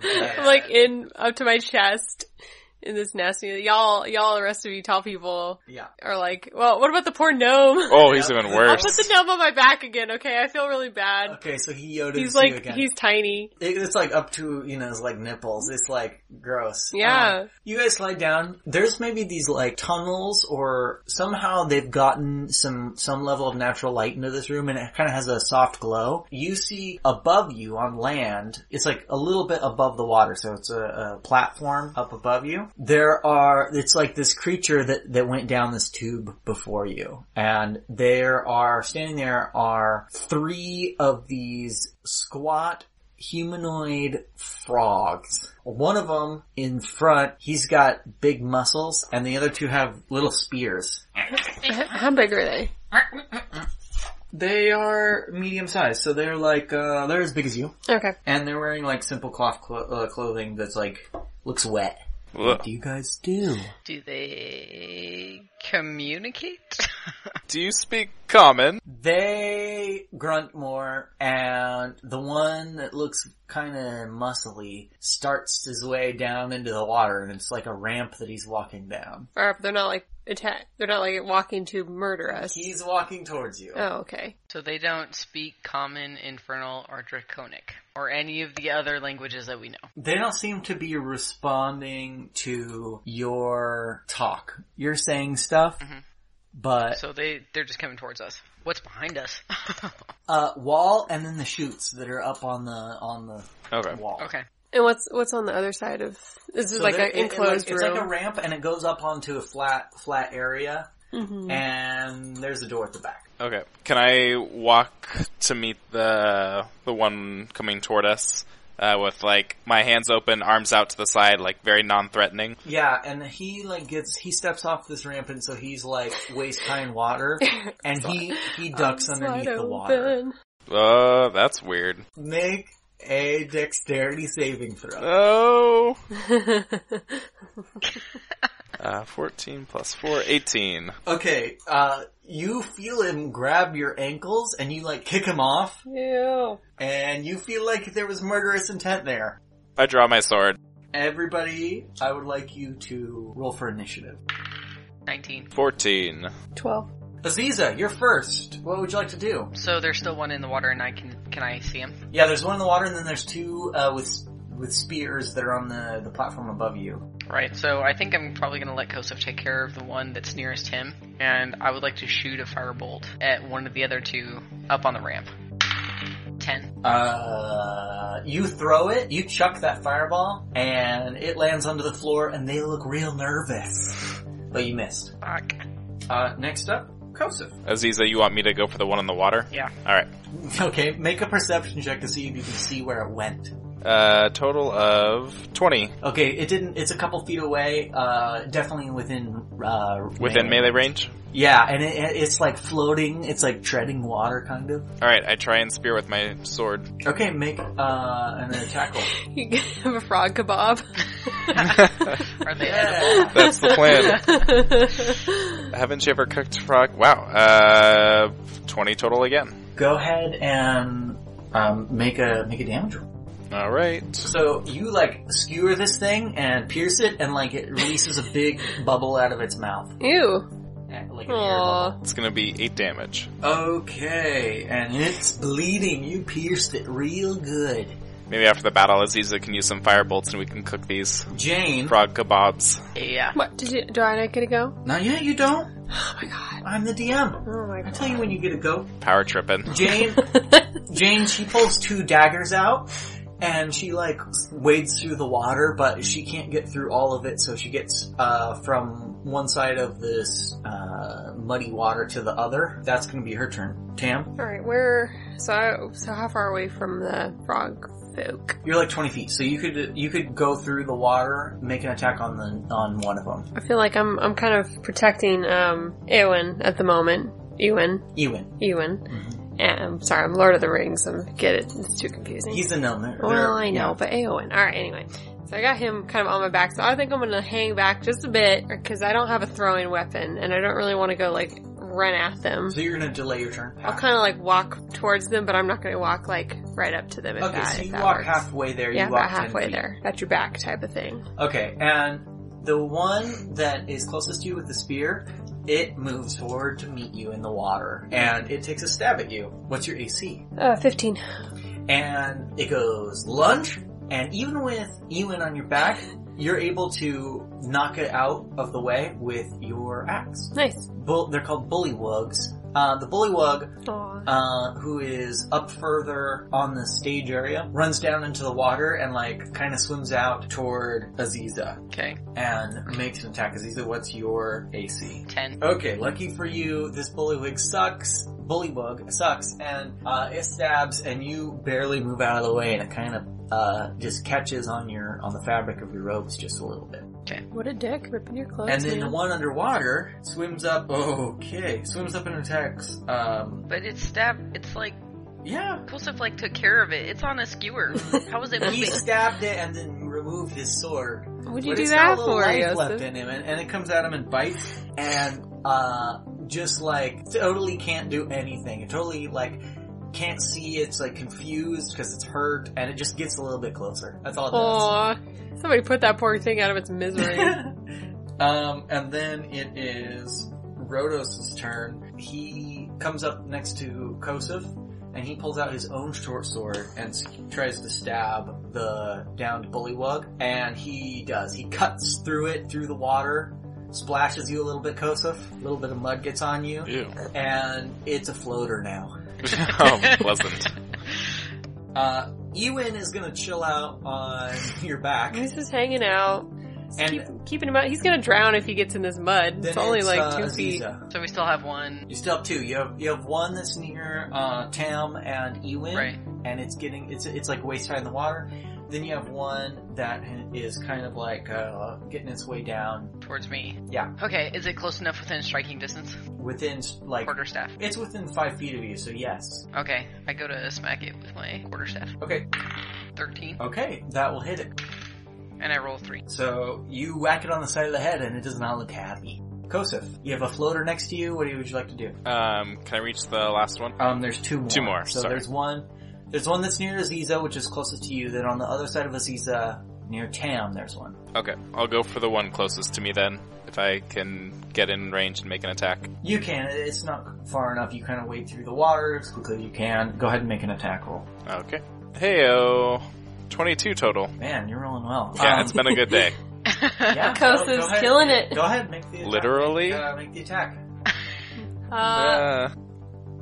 I'm like in up to my chest in this nasty. Y'all, y'all, the rest of you tall people
Yeah.
are like, well, what about the poor gnome?
Oh, he's even
I'll
worse.
put the gnome on my back again. Okay, I feel really bad.
Okay, so he yodas
he's
you
like,
again.
he's tiny.
It- it's like up to you know, it's like nipples. It's like gross.
Yeah.
Um, you guys slide down. There's maybe these like tunnels, or somehow they've gotten some some level of natural light into this room, and it kind of has a soft glow. You see above you on land. It's like a little bit above the water, so it's a, a platform up above you. There are. It's like this creature that that went down this tube before you, and there are standing there are three of these squat humanoid frogs. One of them in front, he's got big muscles, and the other two have little spears.
How big are they?
They are medium sized, so they're like uh, they're as big as you,
Okay.
and they're wearing like simple cloth clo- uh, clothing that's like looks wet. What
Ugh.
do you guys do?
Do they communicate?
Do you speak common?
They grunt more, and the one that looks kind of muscly starts his way down into the water, and it's like a ramp that he's walking down.
Or they're not like attack. They're not like walking to murder us.
He's walking towards you.
Oh, okay.
so they don't speak Common, Infernal, or Draconic, or any of the other languages that we know.
They don't seem to be responding to your talk. You're saying stuff, but
Mm-hmm. So they they're just coming towards us. What's behind us?
uh, wall and then the shoots that are up on the on the
Okay.
wall.
okay.
And what's what's on the other side of this is
So
like
there-
an
it- it like-
enclosed
It's
room.
like a ramp, and it goes up onto a flat flat area, Mm-hmm.
Mm-hmm.
and there's a door at the back.
Okay. Can I walk to meet the the one coming toward us uh, with like my hands open, arms out to the side, like very non-threatening?
Yeah, and he like gets he steps off this ramp, and so he's like waist high in water, and he he ducks underneath
Wide
the water.
open.
Uh, that's weird.
Make a dexterity saving throw.
Oh. Uh, 14 plus 4, 18.
Okay, uh, you feel him grab your ankles and you like kick him off
Ew.
and you feel like there was murderous intent there.
I draw my sword.
Everybody, I would like you to roll for initiative.
Nineteen.
14.
Twelve.
Aziza, you're first. What would you like to do?
So there's still one in the water, and I can can I see him?
Yeah, there's one in the water and then there's two, uh, with, with spears that are on the, the platform above you.
Right. So I think I'm probably gonna let Kosov take care of the one that's nearest him, and I would like to shoot a firebolt at one of the other two up on the ramp. Ten.
Uh, you throw it, you chuck that fireball, and it lands onto the floor and they look real nervous. But you missed.
Fuck.
Uh, next up, Kosov.
Aziza, you want me to go for the one in the water?
Yeah.
Alright.
Okay, make a perception check to see if you can see where it went.
A Uh, total of 20
Okay, it didn't. It's a couple feet away. Uh, definitely within uh,
within melee range.
Yeah, and it, it- it's like floating. It's like treading water, kind of.
Alright, I try and spear with my sword.
Okay, make uh, an attack roll.
You have a frog kebab.
Are they
Yeah.
That's the plan. Haven't you ever cooked frog? Wow. Uh, 20 total again.
Go ahead and um, make a make a damage roll.
Alright.
So you like skewer this thing and pierce it, and like it releases a big bubble out of its mouth,
Ew.
eh, like an air bubble.
Aw.
It's gonna be 8 damage.
Okay, and it's bleeding. You pierced it real good,
Maybe after the battle, Aziza can use some fire bolts and we can cook these
Jane.
frog kebabs.
Yeah.
What? Did you, do I not get a go?
Not yet. You don't.
Oh my god.
I'm the DM.
Oh my
I
god.
tell you when you get a go.
Power tripping.
Jane, Jane, she pulls two daggers out and she like wades through the water, but she can't get through all of it, so she gets, uh, from one side of this, uh, muddy water to the other. That's gonna be her turn. Tam,
Alright, where, so, I- so how far away from the frog folk?
you're like 20 feet, so you could, you could go through the water, make an attack on the, on one of them.
I feel like I'm, I'm kind of protecting, um, Eowyn at the moment. Ewan.
Ewan.
Ewan. Yeah, I'm sorry, I'm Lord of the Rings. I'm get it. It's too confusing.
He's an elmer.
well, I know, but Eowyn. All right, anyway. So I got him kind of on my back. So I think I'm gonna hang back just a bit because I don't have a throwing weapon, and I don't really want to go like run at them.
So you're gonna delay your turn.
I'll kind of like walk towards them, but I'm not gonna walk like right up to them. If
Okay,
that,
so
if
you
that
walk
works.
halfway there.
Yeah,
you walk
about
10
halfway
feet.
there, at your back type of thing.
Okay, and the one that is closest to you with the spear, it moves forward to meet you in the water, and it takes a stab at you. What's your AC?
Uh, fifteen.
And it goes lunge, and even with Ewan on your back, you're able to knock it out of the way with your axe.
Nice.
Bull- they're called bullywugs. Uh, the bullywug
Aw.
uh, who is up further on the stage area, runs down into the water and like kind of swims out toward Aziza
Okay.
and makes an attack. Aziza, what's your AC?
Ten.
Okay, lucky for you, this bullywig sucks. Bullywug sucks, and uh, it stabs, and you barely move out of the way, and it kind of uh, just catches on your on the fabric of your robes just a little bit.
What a dick ripping your clothes.
and then the
man.
one underwater swims up. Okay, swims up and attacks. Um,
But it's stab. It's like
yeah,
Kulsif like took care of it. It's on a skewer. How was it
he
moving?
stabbed it and then removed his sword.
What'd you
But
do
it's
that
got a little
for,
life
Yosef?
left in him, and, and it comes at him and bites, and uh, just like totally can't do anything. It totally like can't see. It's like confused because it's hurt, and it just gets a little bit closer. That's all
Aw, somebody put that poor thing out of its
it
misery.
does. um, and then it is Rhodos's turn. He comes up next to Kosov, and he pulls out his own short sword and s- tries to stab the downed bullywug, and he does. He cuts through it, through the water, splashes you a little bit, Kosov. A little bit of mud gets on you,
Ew.
and it's a floater now.
oh, pleasant.
Uh, Ewan is gonna chill out on your back.
He's just hanging out. Just
And-
keep, keeping him out. He's gonna drown if he gets in this mud.
Then
It's only like
uh,
two feet.
Aziza.
So we still have one.
You still have two. You have you have one that's near uh, Tam and Ewan,
Right.
and it's getting it's it's like waist high in the water. Then you have one that is kind of like uh, getting its way down
Towards me.
Yeah.
Okay. Is it close enough within striking distance?
within like
Quarterstaff.
it's within five feet of you. So yes,
Okay. I go to smack it with my quarterstaff.
okay,
Thirteen.
okay, that will hit it.
And I roll three.
So you whack it on the side of the head, and it does not look happy. Kosef, you have a floater next to you. What do you- would you like to do?
Um, can I reach the last one?
Um, there's two more.
Two more,
So
sorry.
there's one. There's one that's near Aziza, which is closest to you. Then on the other side of Aziza, near Tam, there's one.
Okay, I'll go for the one closest to me then, if I can get in range and make an attack.
You can. It's not far enough. You kind of wade through the water as quickly as you can. Go ahead and make an attack roll.
Okay. Heyo, 22 total.
Man, you're rolling well.
Yeah,
Um,
it's been a good day.
yeah,
Kos
go- go
is
ahead.
killing it.
Go ahead, make the attack.
Literally?
Uh, make the attack.
Uh,
Uh,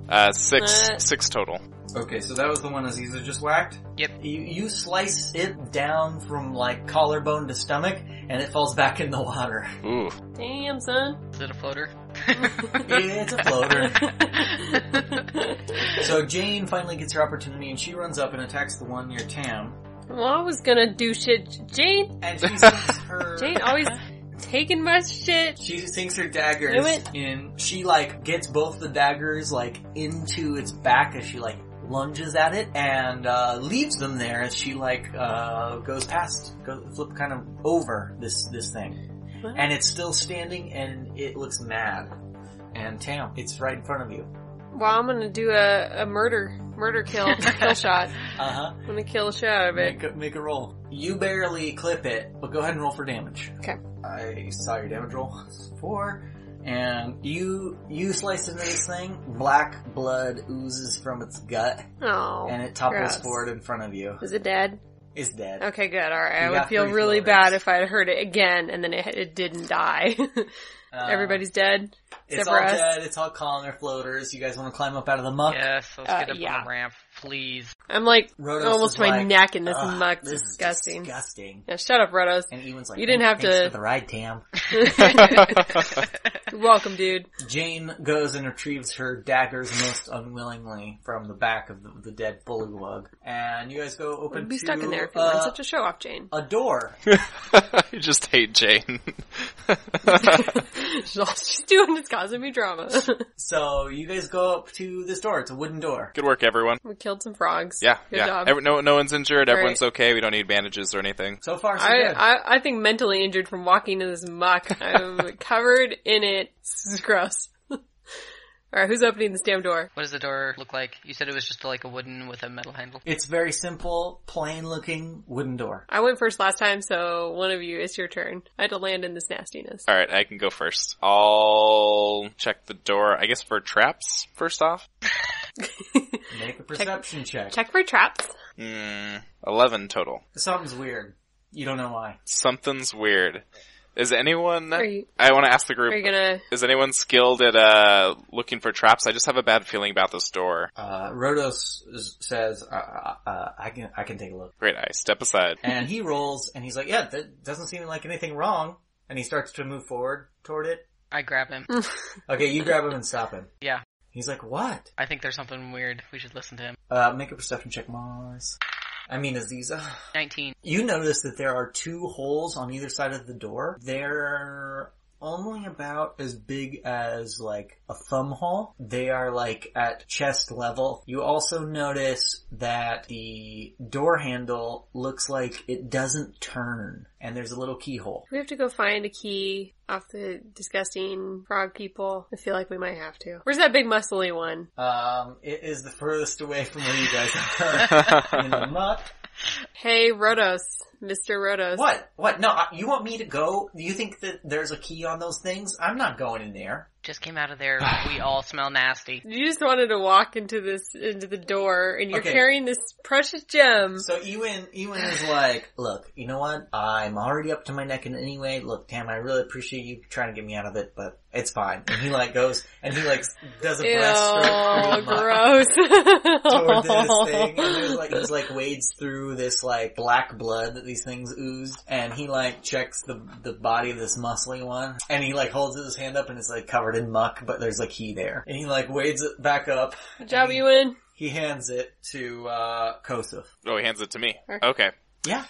uh, six,
Uh.
six total.
Okay, so that was the one Aziza just whacked.
Yep.
You you slice it down from like collarbone to stomach, and it falls back in the water.
Ooh,
damn, son.
Is it a floater?
it's a floater. So Jane finally gets her opportunity, and she runs up and attacks the one near Tam.
Well, I was gonna do shit. Jane,
And she sinks her.
Jane always taking my shit.
She sinks her daggers
Do it.
in. She like gets both the daggers like into its back as she like lunges at it and uh, leaves them there as she like uh, goes past, go, flip kind of over this this thing,
What?
and it's still standing and it looks mad. And Tam, it's right in front of you.
Well, I'm gonna do a, a murder, murder kill, kill shot.
Uh huh.
I'm gonna kill a shit out of it.
Make a, make a roll. You barely clip it, but go ahead and roll for damage.
Okay.
I saw your damage roll. Four. And you you slice into this thing. Black blood oozes from its gut,
Oh,
and it topples
gross.
forward in front of you.
is it dead?
It's dead.
Okay, good. All right,
You
I would
got
feel
three
really
floaters.
bad if I had heard it again and then it, it didn't die.
Uh,
Everybody's dead.
it's
except
all
for us.
dead. It's all calm. They're floaters. You guys want to climb up out of the muck?
Yes, let's
Uh,
get up
yeah.
on the ramp, please.
I'm like
Rhodos
almost
is
my
like,
neck in this
"Ugh,
muck.
This is
disgusting.
disgusting.
Now shut up, Rotos.
And Ewan's like,
You didn't
"Thank-
have
thanks
to-
for the ride, Tam.
You're welcome, dude.
Jane goes and retrieves her daggers most unwillingly from the back of the, the dead bullywug, and you guys go open
We'd be
to,
stuck in there if you
uh,
weren't such a show off, Jane.
a door.
you just hate Jane.
She's all she's doing is causing me drama.
So you guys go up to this door. It's a wooden door.
Good work, everyone.
we killed some frogs.
Yeah,
Good
yeah.
job.
Every- no, no one's injured.
Great.
Everyone's okay. We don't need bandages or anything.
So far, so
I,
good.
I, I think mentally injured from walking in this muck. I'm covered in it. This is gross. Alright, who's opening this damn door?
What does the door look like? You said it was just like a wooden with a metal handle.
it's very simple, plain-looking wooden door.
I went first last time, so one of you, it's your turn. I had to land in this nastiness.
All right, I can go first. I'll check the door. I guess for traps first off.
Make a perception check.
Check for traps.
Mm, Eleven total.
Something's weird. You don't know why.
Something's weird. Is anyone?
Are you-
I want to ask the
Are you
group.
gonna,
Is anyone skilled at uh looking for traps? I just have a bad feeling about this door.
Uh, Rhodos s- says, uh, uh, uh, "I can, I can take a look."
Great, I step aside.
And he rolls, and he's like, "Yeah, that doesn't seem like anything wrong." And he starts to move forward toward it.
I grab him.
Okay, you grab him and stop him.
Yeah.
He's like, "What?"
I think there's something weird. We should listen to him.
Uh, make a perception check, Mars. I mean, Aziza.
19.
You notice that there are two holes on either side of the door. They're only about as big as like a thumb hole. They are like at chest level. You also notice that the door handle looks like it doesn't turn and there's a little keyhole.
we have to go find a key off the disgusting frog people. I feel like we might have to. Where's that big muscly one?
Um, it is the furthest away from where you guys are in the muck.
Hey, Rotos. Mr. Rotos.
What? What? No, I- you want me to go? You think that there's a key on those things? I'm not going in there.
Just came out of there. We all smell nasty.
You just wanted to walk into this, into the door, and you're
Okay.
carrying this precious gem.
So Ewan, Ewan is like, look, you know what? I'm already up to my neck in it anyway. Look, Tam, I really appreciate you trying to get me out of it, but it's fine. And he like goes, and he like does a
Ew,
breaststroke through the mud
gross.
toward this thing, and there's like he's like wades through this like black blood that these things oozed, and he like checks the the body of this muscly one, and he like holds his hand up and it's like covered in muck, but there's like he there, and he like wades it back up.
Good job, Ewan.
He hands it to uh Kosuf.
Oh, he hands it to me.
Sure.
Okay.
Yeah.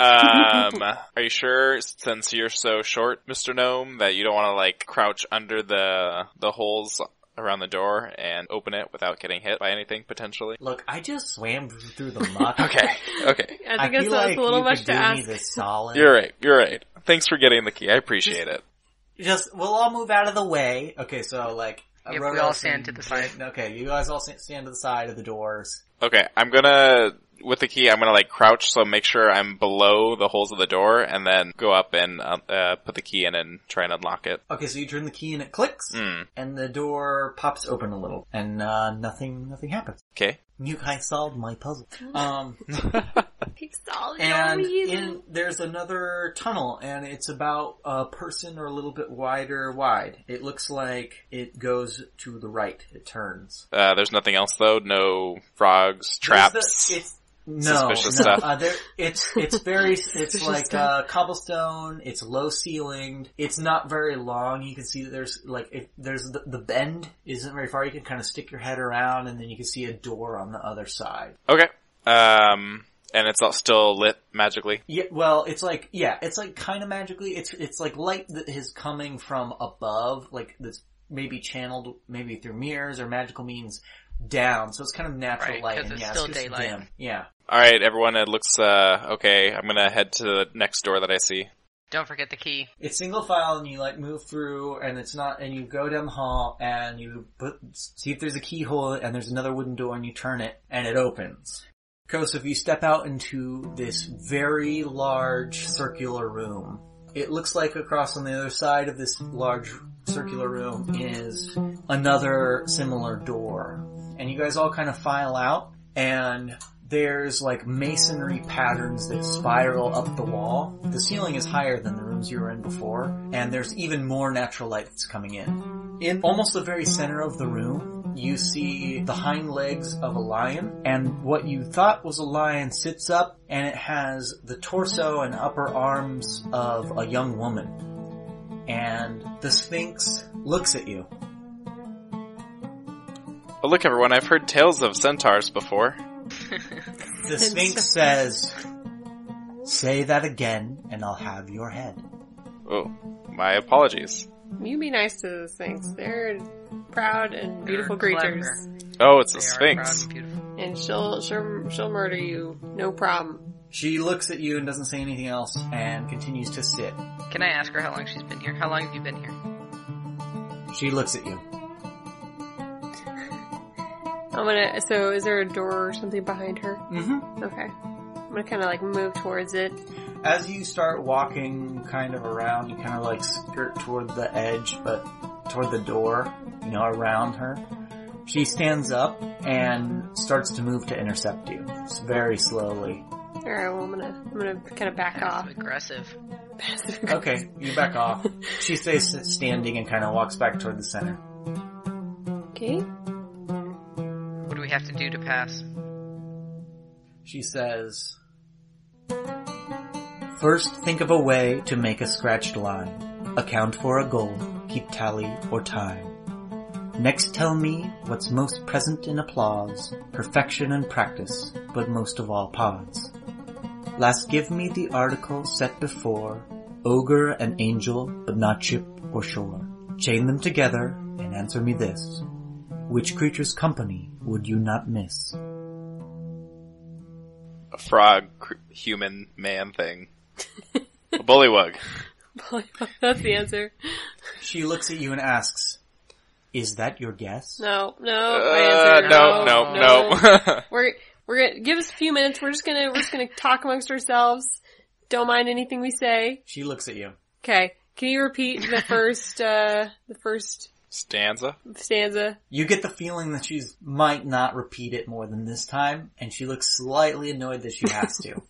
Um, are you sure, since you're so short, Mr. Gnome, that you don't want to like crouch under the the holes around the door and open it without getting hit by anything potentially?
Look, I just swam through the muck.
Okay. Okay.
I think
I
it's,
feel
it's
like
a little
you
much
could
to
do
ask.
me the solid.
You're right. You're right. Thanks for getting the key. I appreciate it.
Just we'll all move out of the way. Okay, so like uh,
Yep, we
Rhodos
all stand
and
to the side.
Jane- Okay, you guys all stand- stand to the side of the doors.
Okay. I'm gonna with the key. I'm gonna like crouch so make sure I'm below the holes of the door, and then go up and uh, uh, put the key in and try and unlock it.
Okay, so you turn the key and it clicks,
Hmm.
and the door pops open a little, and uh, nothing nothing happens.
Okay.
You guys solved my puzzle. Um,
He's solid.
and
Ewan.
in, there's another tunnel, and it's about a person or a little bit wider wide. It looks like it goes to the right. It turns.
Uh, there's nothing else though. No
There's
frogs, traps.
the- it's, no,
Suspicious
no,
stuff.
Uh, there, it's it's very it's
Suspicious
like uh,
stuff.
cobblestone. It's low ceilinged. It's not very long. You can see that there's like if there's the, the bend isn't very far. You can kind of stick your head around, and then you can see a door on the other side.
Okay. Um, and it's all still lit magically.
Yeah, well, it's like yeah, it's like kind of magically. It's it's like light that is coming from above, like that's maybe channeled maybe through mirrors or magical means down. So it's kind of natural
Right,
light.
'cause
and
it's
yeah,
still
just
daylight.
dim. Yeah.
All right, everyone. It looks uh okay. I'm gonna head to the next door that I see.
Don't forget the key.
It's single file and you like move through and it's not, and you go down the hall and you put, see if there's a keyhole and there's another wooden door and you turn it and it opens. Kosov, you step out into this very large circular room. It looks like across on the other side of this large circular room is another similar door. And you guys all kind of file out and there's like masonry patterns that spiral up the wall. The ceiling is higher than the rooms you were in before and there's even more natural light that's coming in. In almost the very center of the room, you see the hind legs of a lion and what you thought was a lion sits up and it has the torso and upper arms of a young woman. And the Sphinx looks at you.
Oh look, everyone. I've heard tales of centaurs before.
The Sphinx says, Say that again and I'll have your head.
Oh, my apologies.
You be nice to those
Mm-hmm.
things. They're proud and beautiful
They're
creatures.
Oh, it's
They
a
are proud
sphinx.
and beautiful.
And she'll, she'll, she'll murder you. No problem.
She looks at you and doesn't say anything else and continues to sit.
Can I ask her how long she's been here? How long have you been here?
She looks at you.
I'm gonna, so is there a door or something behind her?
Mm-hmm.
Okay. I'm gonna kinda like move towards it.
As you start walking kind of around, you kind of like skirt toward the edge, but toward the door, you know, around her. She stands up and starts to move to intercept you, s- very slowly.
Alright, well I'm gonna, I'm gonna kinda back
That's
off.
aggressive.
Okay, you back off. She stays standing and kind of walks back toward the center.
Okay.
What do we have to do to pass?
She says, First, think of a way to make a scratched line. Account for a goal. Keep tally or time. Next, tell me what's most present in applause, perfection and practice, but most of all pause. Last, give me the article set before, ogre and angel, but not ship or shore. Chain them together and answer me this. Which creature's company would you not miss?
A frog, cr- human, man thing. a bullywug.
That's the answer.
She looks at you and asks, "Is that your guess?"
No, no, my
Uh,
answer.
no, no, no.
We're, we're gonna, give us a few minutes. We're just gonna, we're just gonna talk amongst ourselves. Don't mind anything we say.
She looks at you.
Okay. Can you repeat the first, uh, the first
Stanza.
stanza?
You get the feeling that she's might not repeat it more than this time, and she looks slightly annoyed that she has to.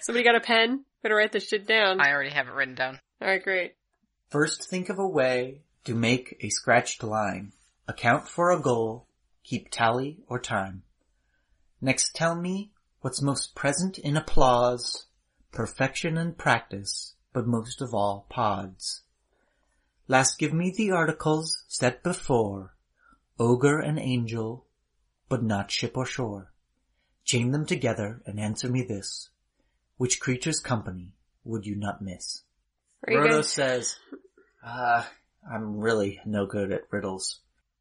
Somebody got a pen? Better write this shit down.
I already have it written down.
Alright, great.
First, think of a way to make a scratched line. Account for a goal. Keep tally or time. Next, tell me what's most present in applause, perfection and practice, but most of all, pods. Last, give me the articles set before, ogre and angel, but not ship or shore. Chain them together and answer me this. Which creature's company would you not miss?
Are you
Rhoda
guys-
says, uh, I'm really no good at riddles.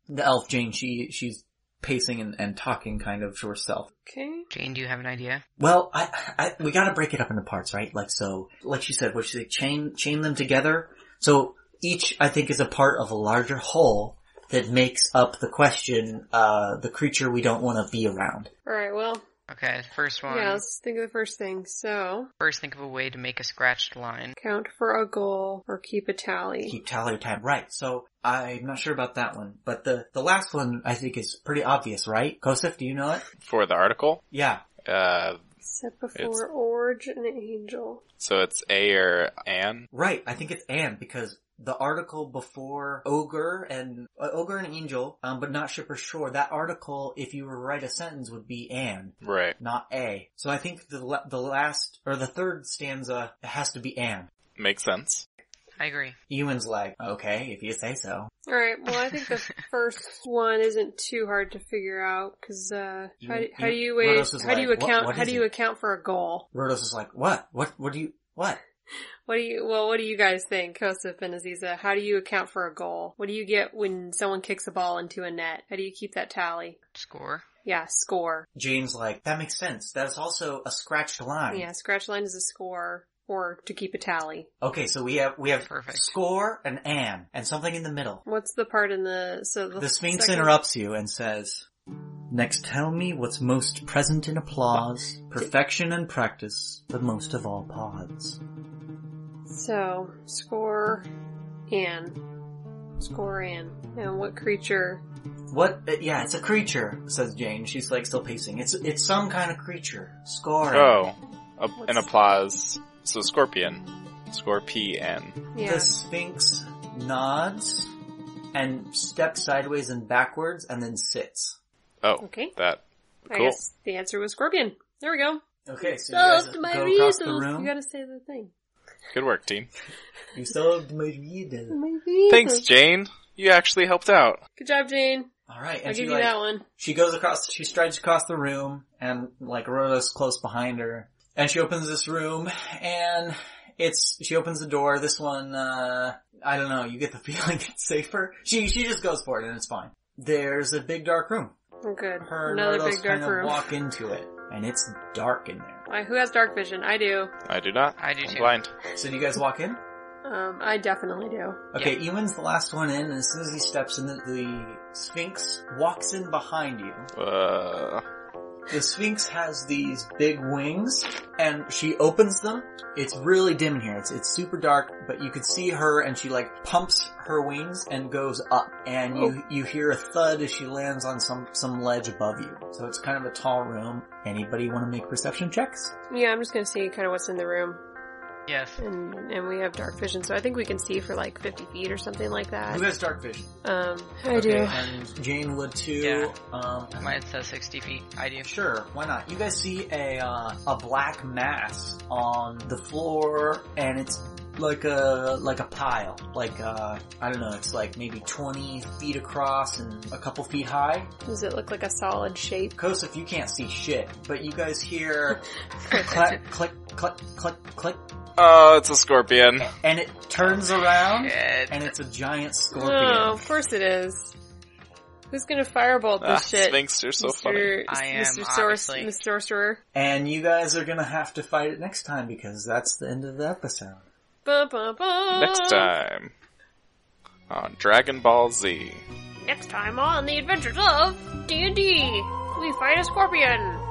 The elf Jane, she, she's pacing and, and talking kind of to herself.
Okay.
Jane, do you have an idea?
Well, I, I, we gotta break it up into parts, right? Like so, like she said, what she said, chain, chain them together. So each, I think, is a part of a larger whole that makes up the question, uh, the creature we don't want to be around.
Alright, well,
Okay, first one.
yeah, let's think of the first thing. So,
First, think of a way to make a scratched line.
count for a goal or keep a tally.
keep tally of time. Right. So I'm not sure about that one, but the, the last one I think is pretty obvious, right? Kosef, do you know it?
For the article.
Yeah.
Uh,
Set
It's-
before Orge and Angel.
so it's A or An.
Right, I think it's and because the article before ogre and uh, ogre and angel, um, but not ship or shore. That article, if you were to write a sentence, would be and,
Right.
not a. So I think the la- the last or the third stanza has to be and.
Makes sense.
I agree.
Ewan's like, okay, if you say so.
All right. Well, I think the first one isn't too hard to figure out because uh,
You-
how, do- how
you-
do you wait,
Rhodos is
how do you
like, what-
account
what
how
is
do you
it?
account for a goal?
Rhodos is like, what? What? What do you? What?
What do you well? What do you guys think, Kosif and Aziza? How do you account for a goal? What do you get when someone kicks a ball into a net? How do you keep that tally?
Score.
Yeah, score.
Jane's like, that makes sense. That's also a scratched line.
Yeah, scratch line is a score or to keep a tally.
Okay, so we have we have
Perfect.
score and an and something in the middle.
What's the part in the so the,
The Sphinx
second-
interrupts you and says, Next tell me what's most present in applause, perfection and practice, the most of all pods.
So score and score and and what creature?
What? uh, Yeah, it's a creature, says Jane. She's like still pacing. It's it's some kind of creature. Score.
Oh, a- an applause. So scorpion, scorpion.
Yeah.
The Sphinx nods and steps sideways and backwards and then sits.
Oh,
Okay.
that
I
cool.
guess the answer was scorpion. There we go.
Okay, so you guys
Solved
go
my
across the
riddles. You
room.
gotta say the thing.
Good work, team.
You solved my riddle.
My
Thanks,
riddles.
Jane. You actually helped out.
Good job, Jane.
All right,
I'll
and she
give you
like
that one.
she goes across, she strides across the room, and like Rhoda's close behind her, and she opens this room, and it's she opens the door. This one, uh, I don't know. You get the feeling it's safer. She she just goes for it, and it's fine. There's a big dark room.
Oh, Good.
Her and
Another
Rhoda's
big dark
kind of
room.
walk into it, and it's dark in there.
Why, who has dark vision? I do.
I do not.
I do
I'm
too.
blind.
So do you guys walk in?
Um, I definitely do.
Okay, Ewan's the last one in, and as soon as he steps in, the, the Sphinx walks in behind you.
Uh,
The Sphinx has these big wings, and she opens them. It's really dim in here. It's it's super dark, but you could see her, and she like pumps her wings and goes up, and
Oh.
you you hear a thud as she lands on some some ledge above you. So it's kind of a tall room. Anybody want to make perception checks?
Yeah, I'm just gonna see kind of what's in the room,
Yes.
and and we have dark vision, so I think we can see for like 50 feet or something like that.
Who has dark vision?
Um, I
Okay,
do.
and Jane would too.
Yeah.
Um,
Mine says 60 feet. I do.
Sure, why not? You guys see a uh, a black mass on the floor, and it's like a like a pile, like uh, I don't know, it's like maybe twenty feet across and a couple feet high.
Does it look like a solid shape?
Kosef, you can't see shit, but you guys hear click, click, click, click, click,
oh, it's a scorpion.
and it turns around,
Oh, Shit. Oh.
and it's a giant scorpion.
No, Oh, of course it is. Who's gonna firebolt
Ah,
this shit?
Sphinx, you're so funny.
Mr.
I am,
Mr. Sorc-
obviously.
Mr. Sorcerer.
And you guys are gonna have to fight it next time because that's the end of the episode.
Bum, bum, bum.
Next time on Dragon Ball Z.
Next time on the adventures of D&D, we fight a scorpion.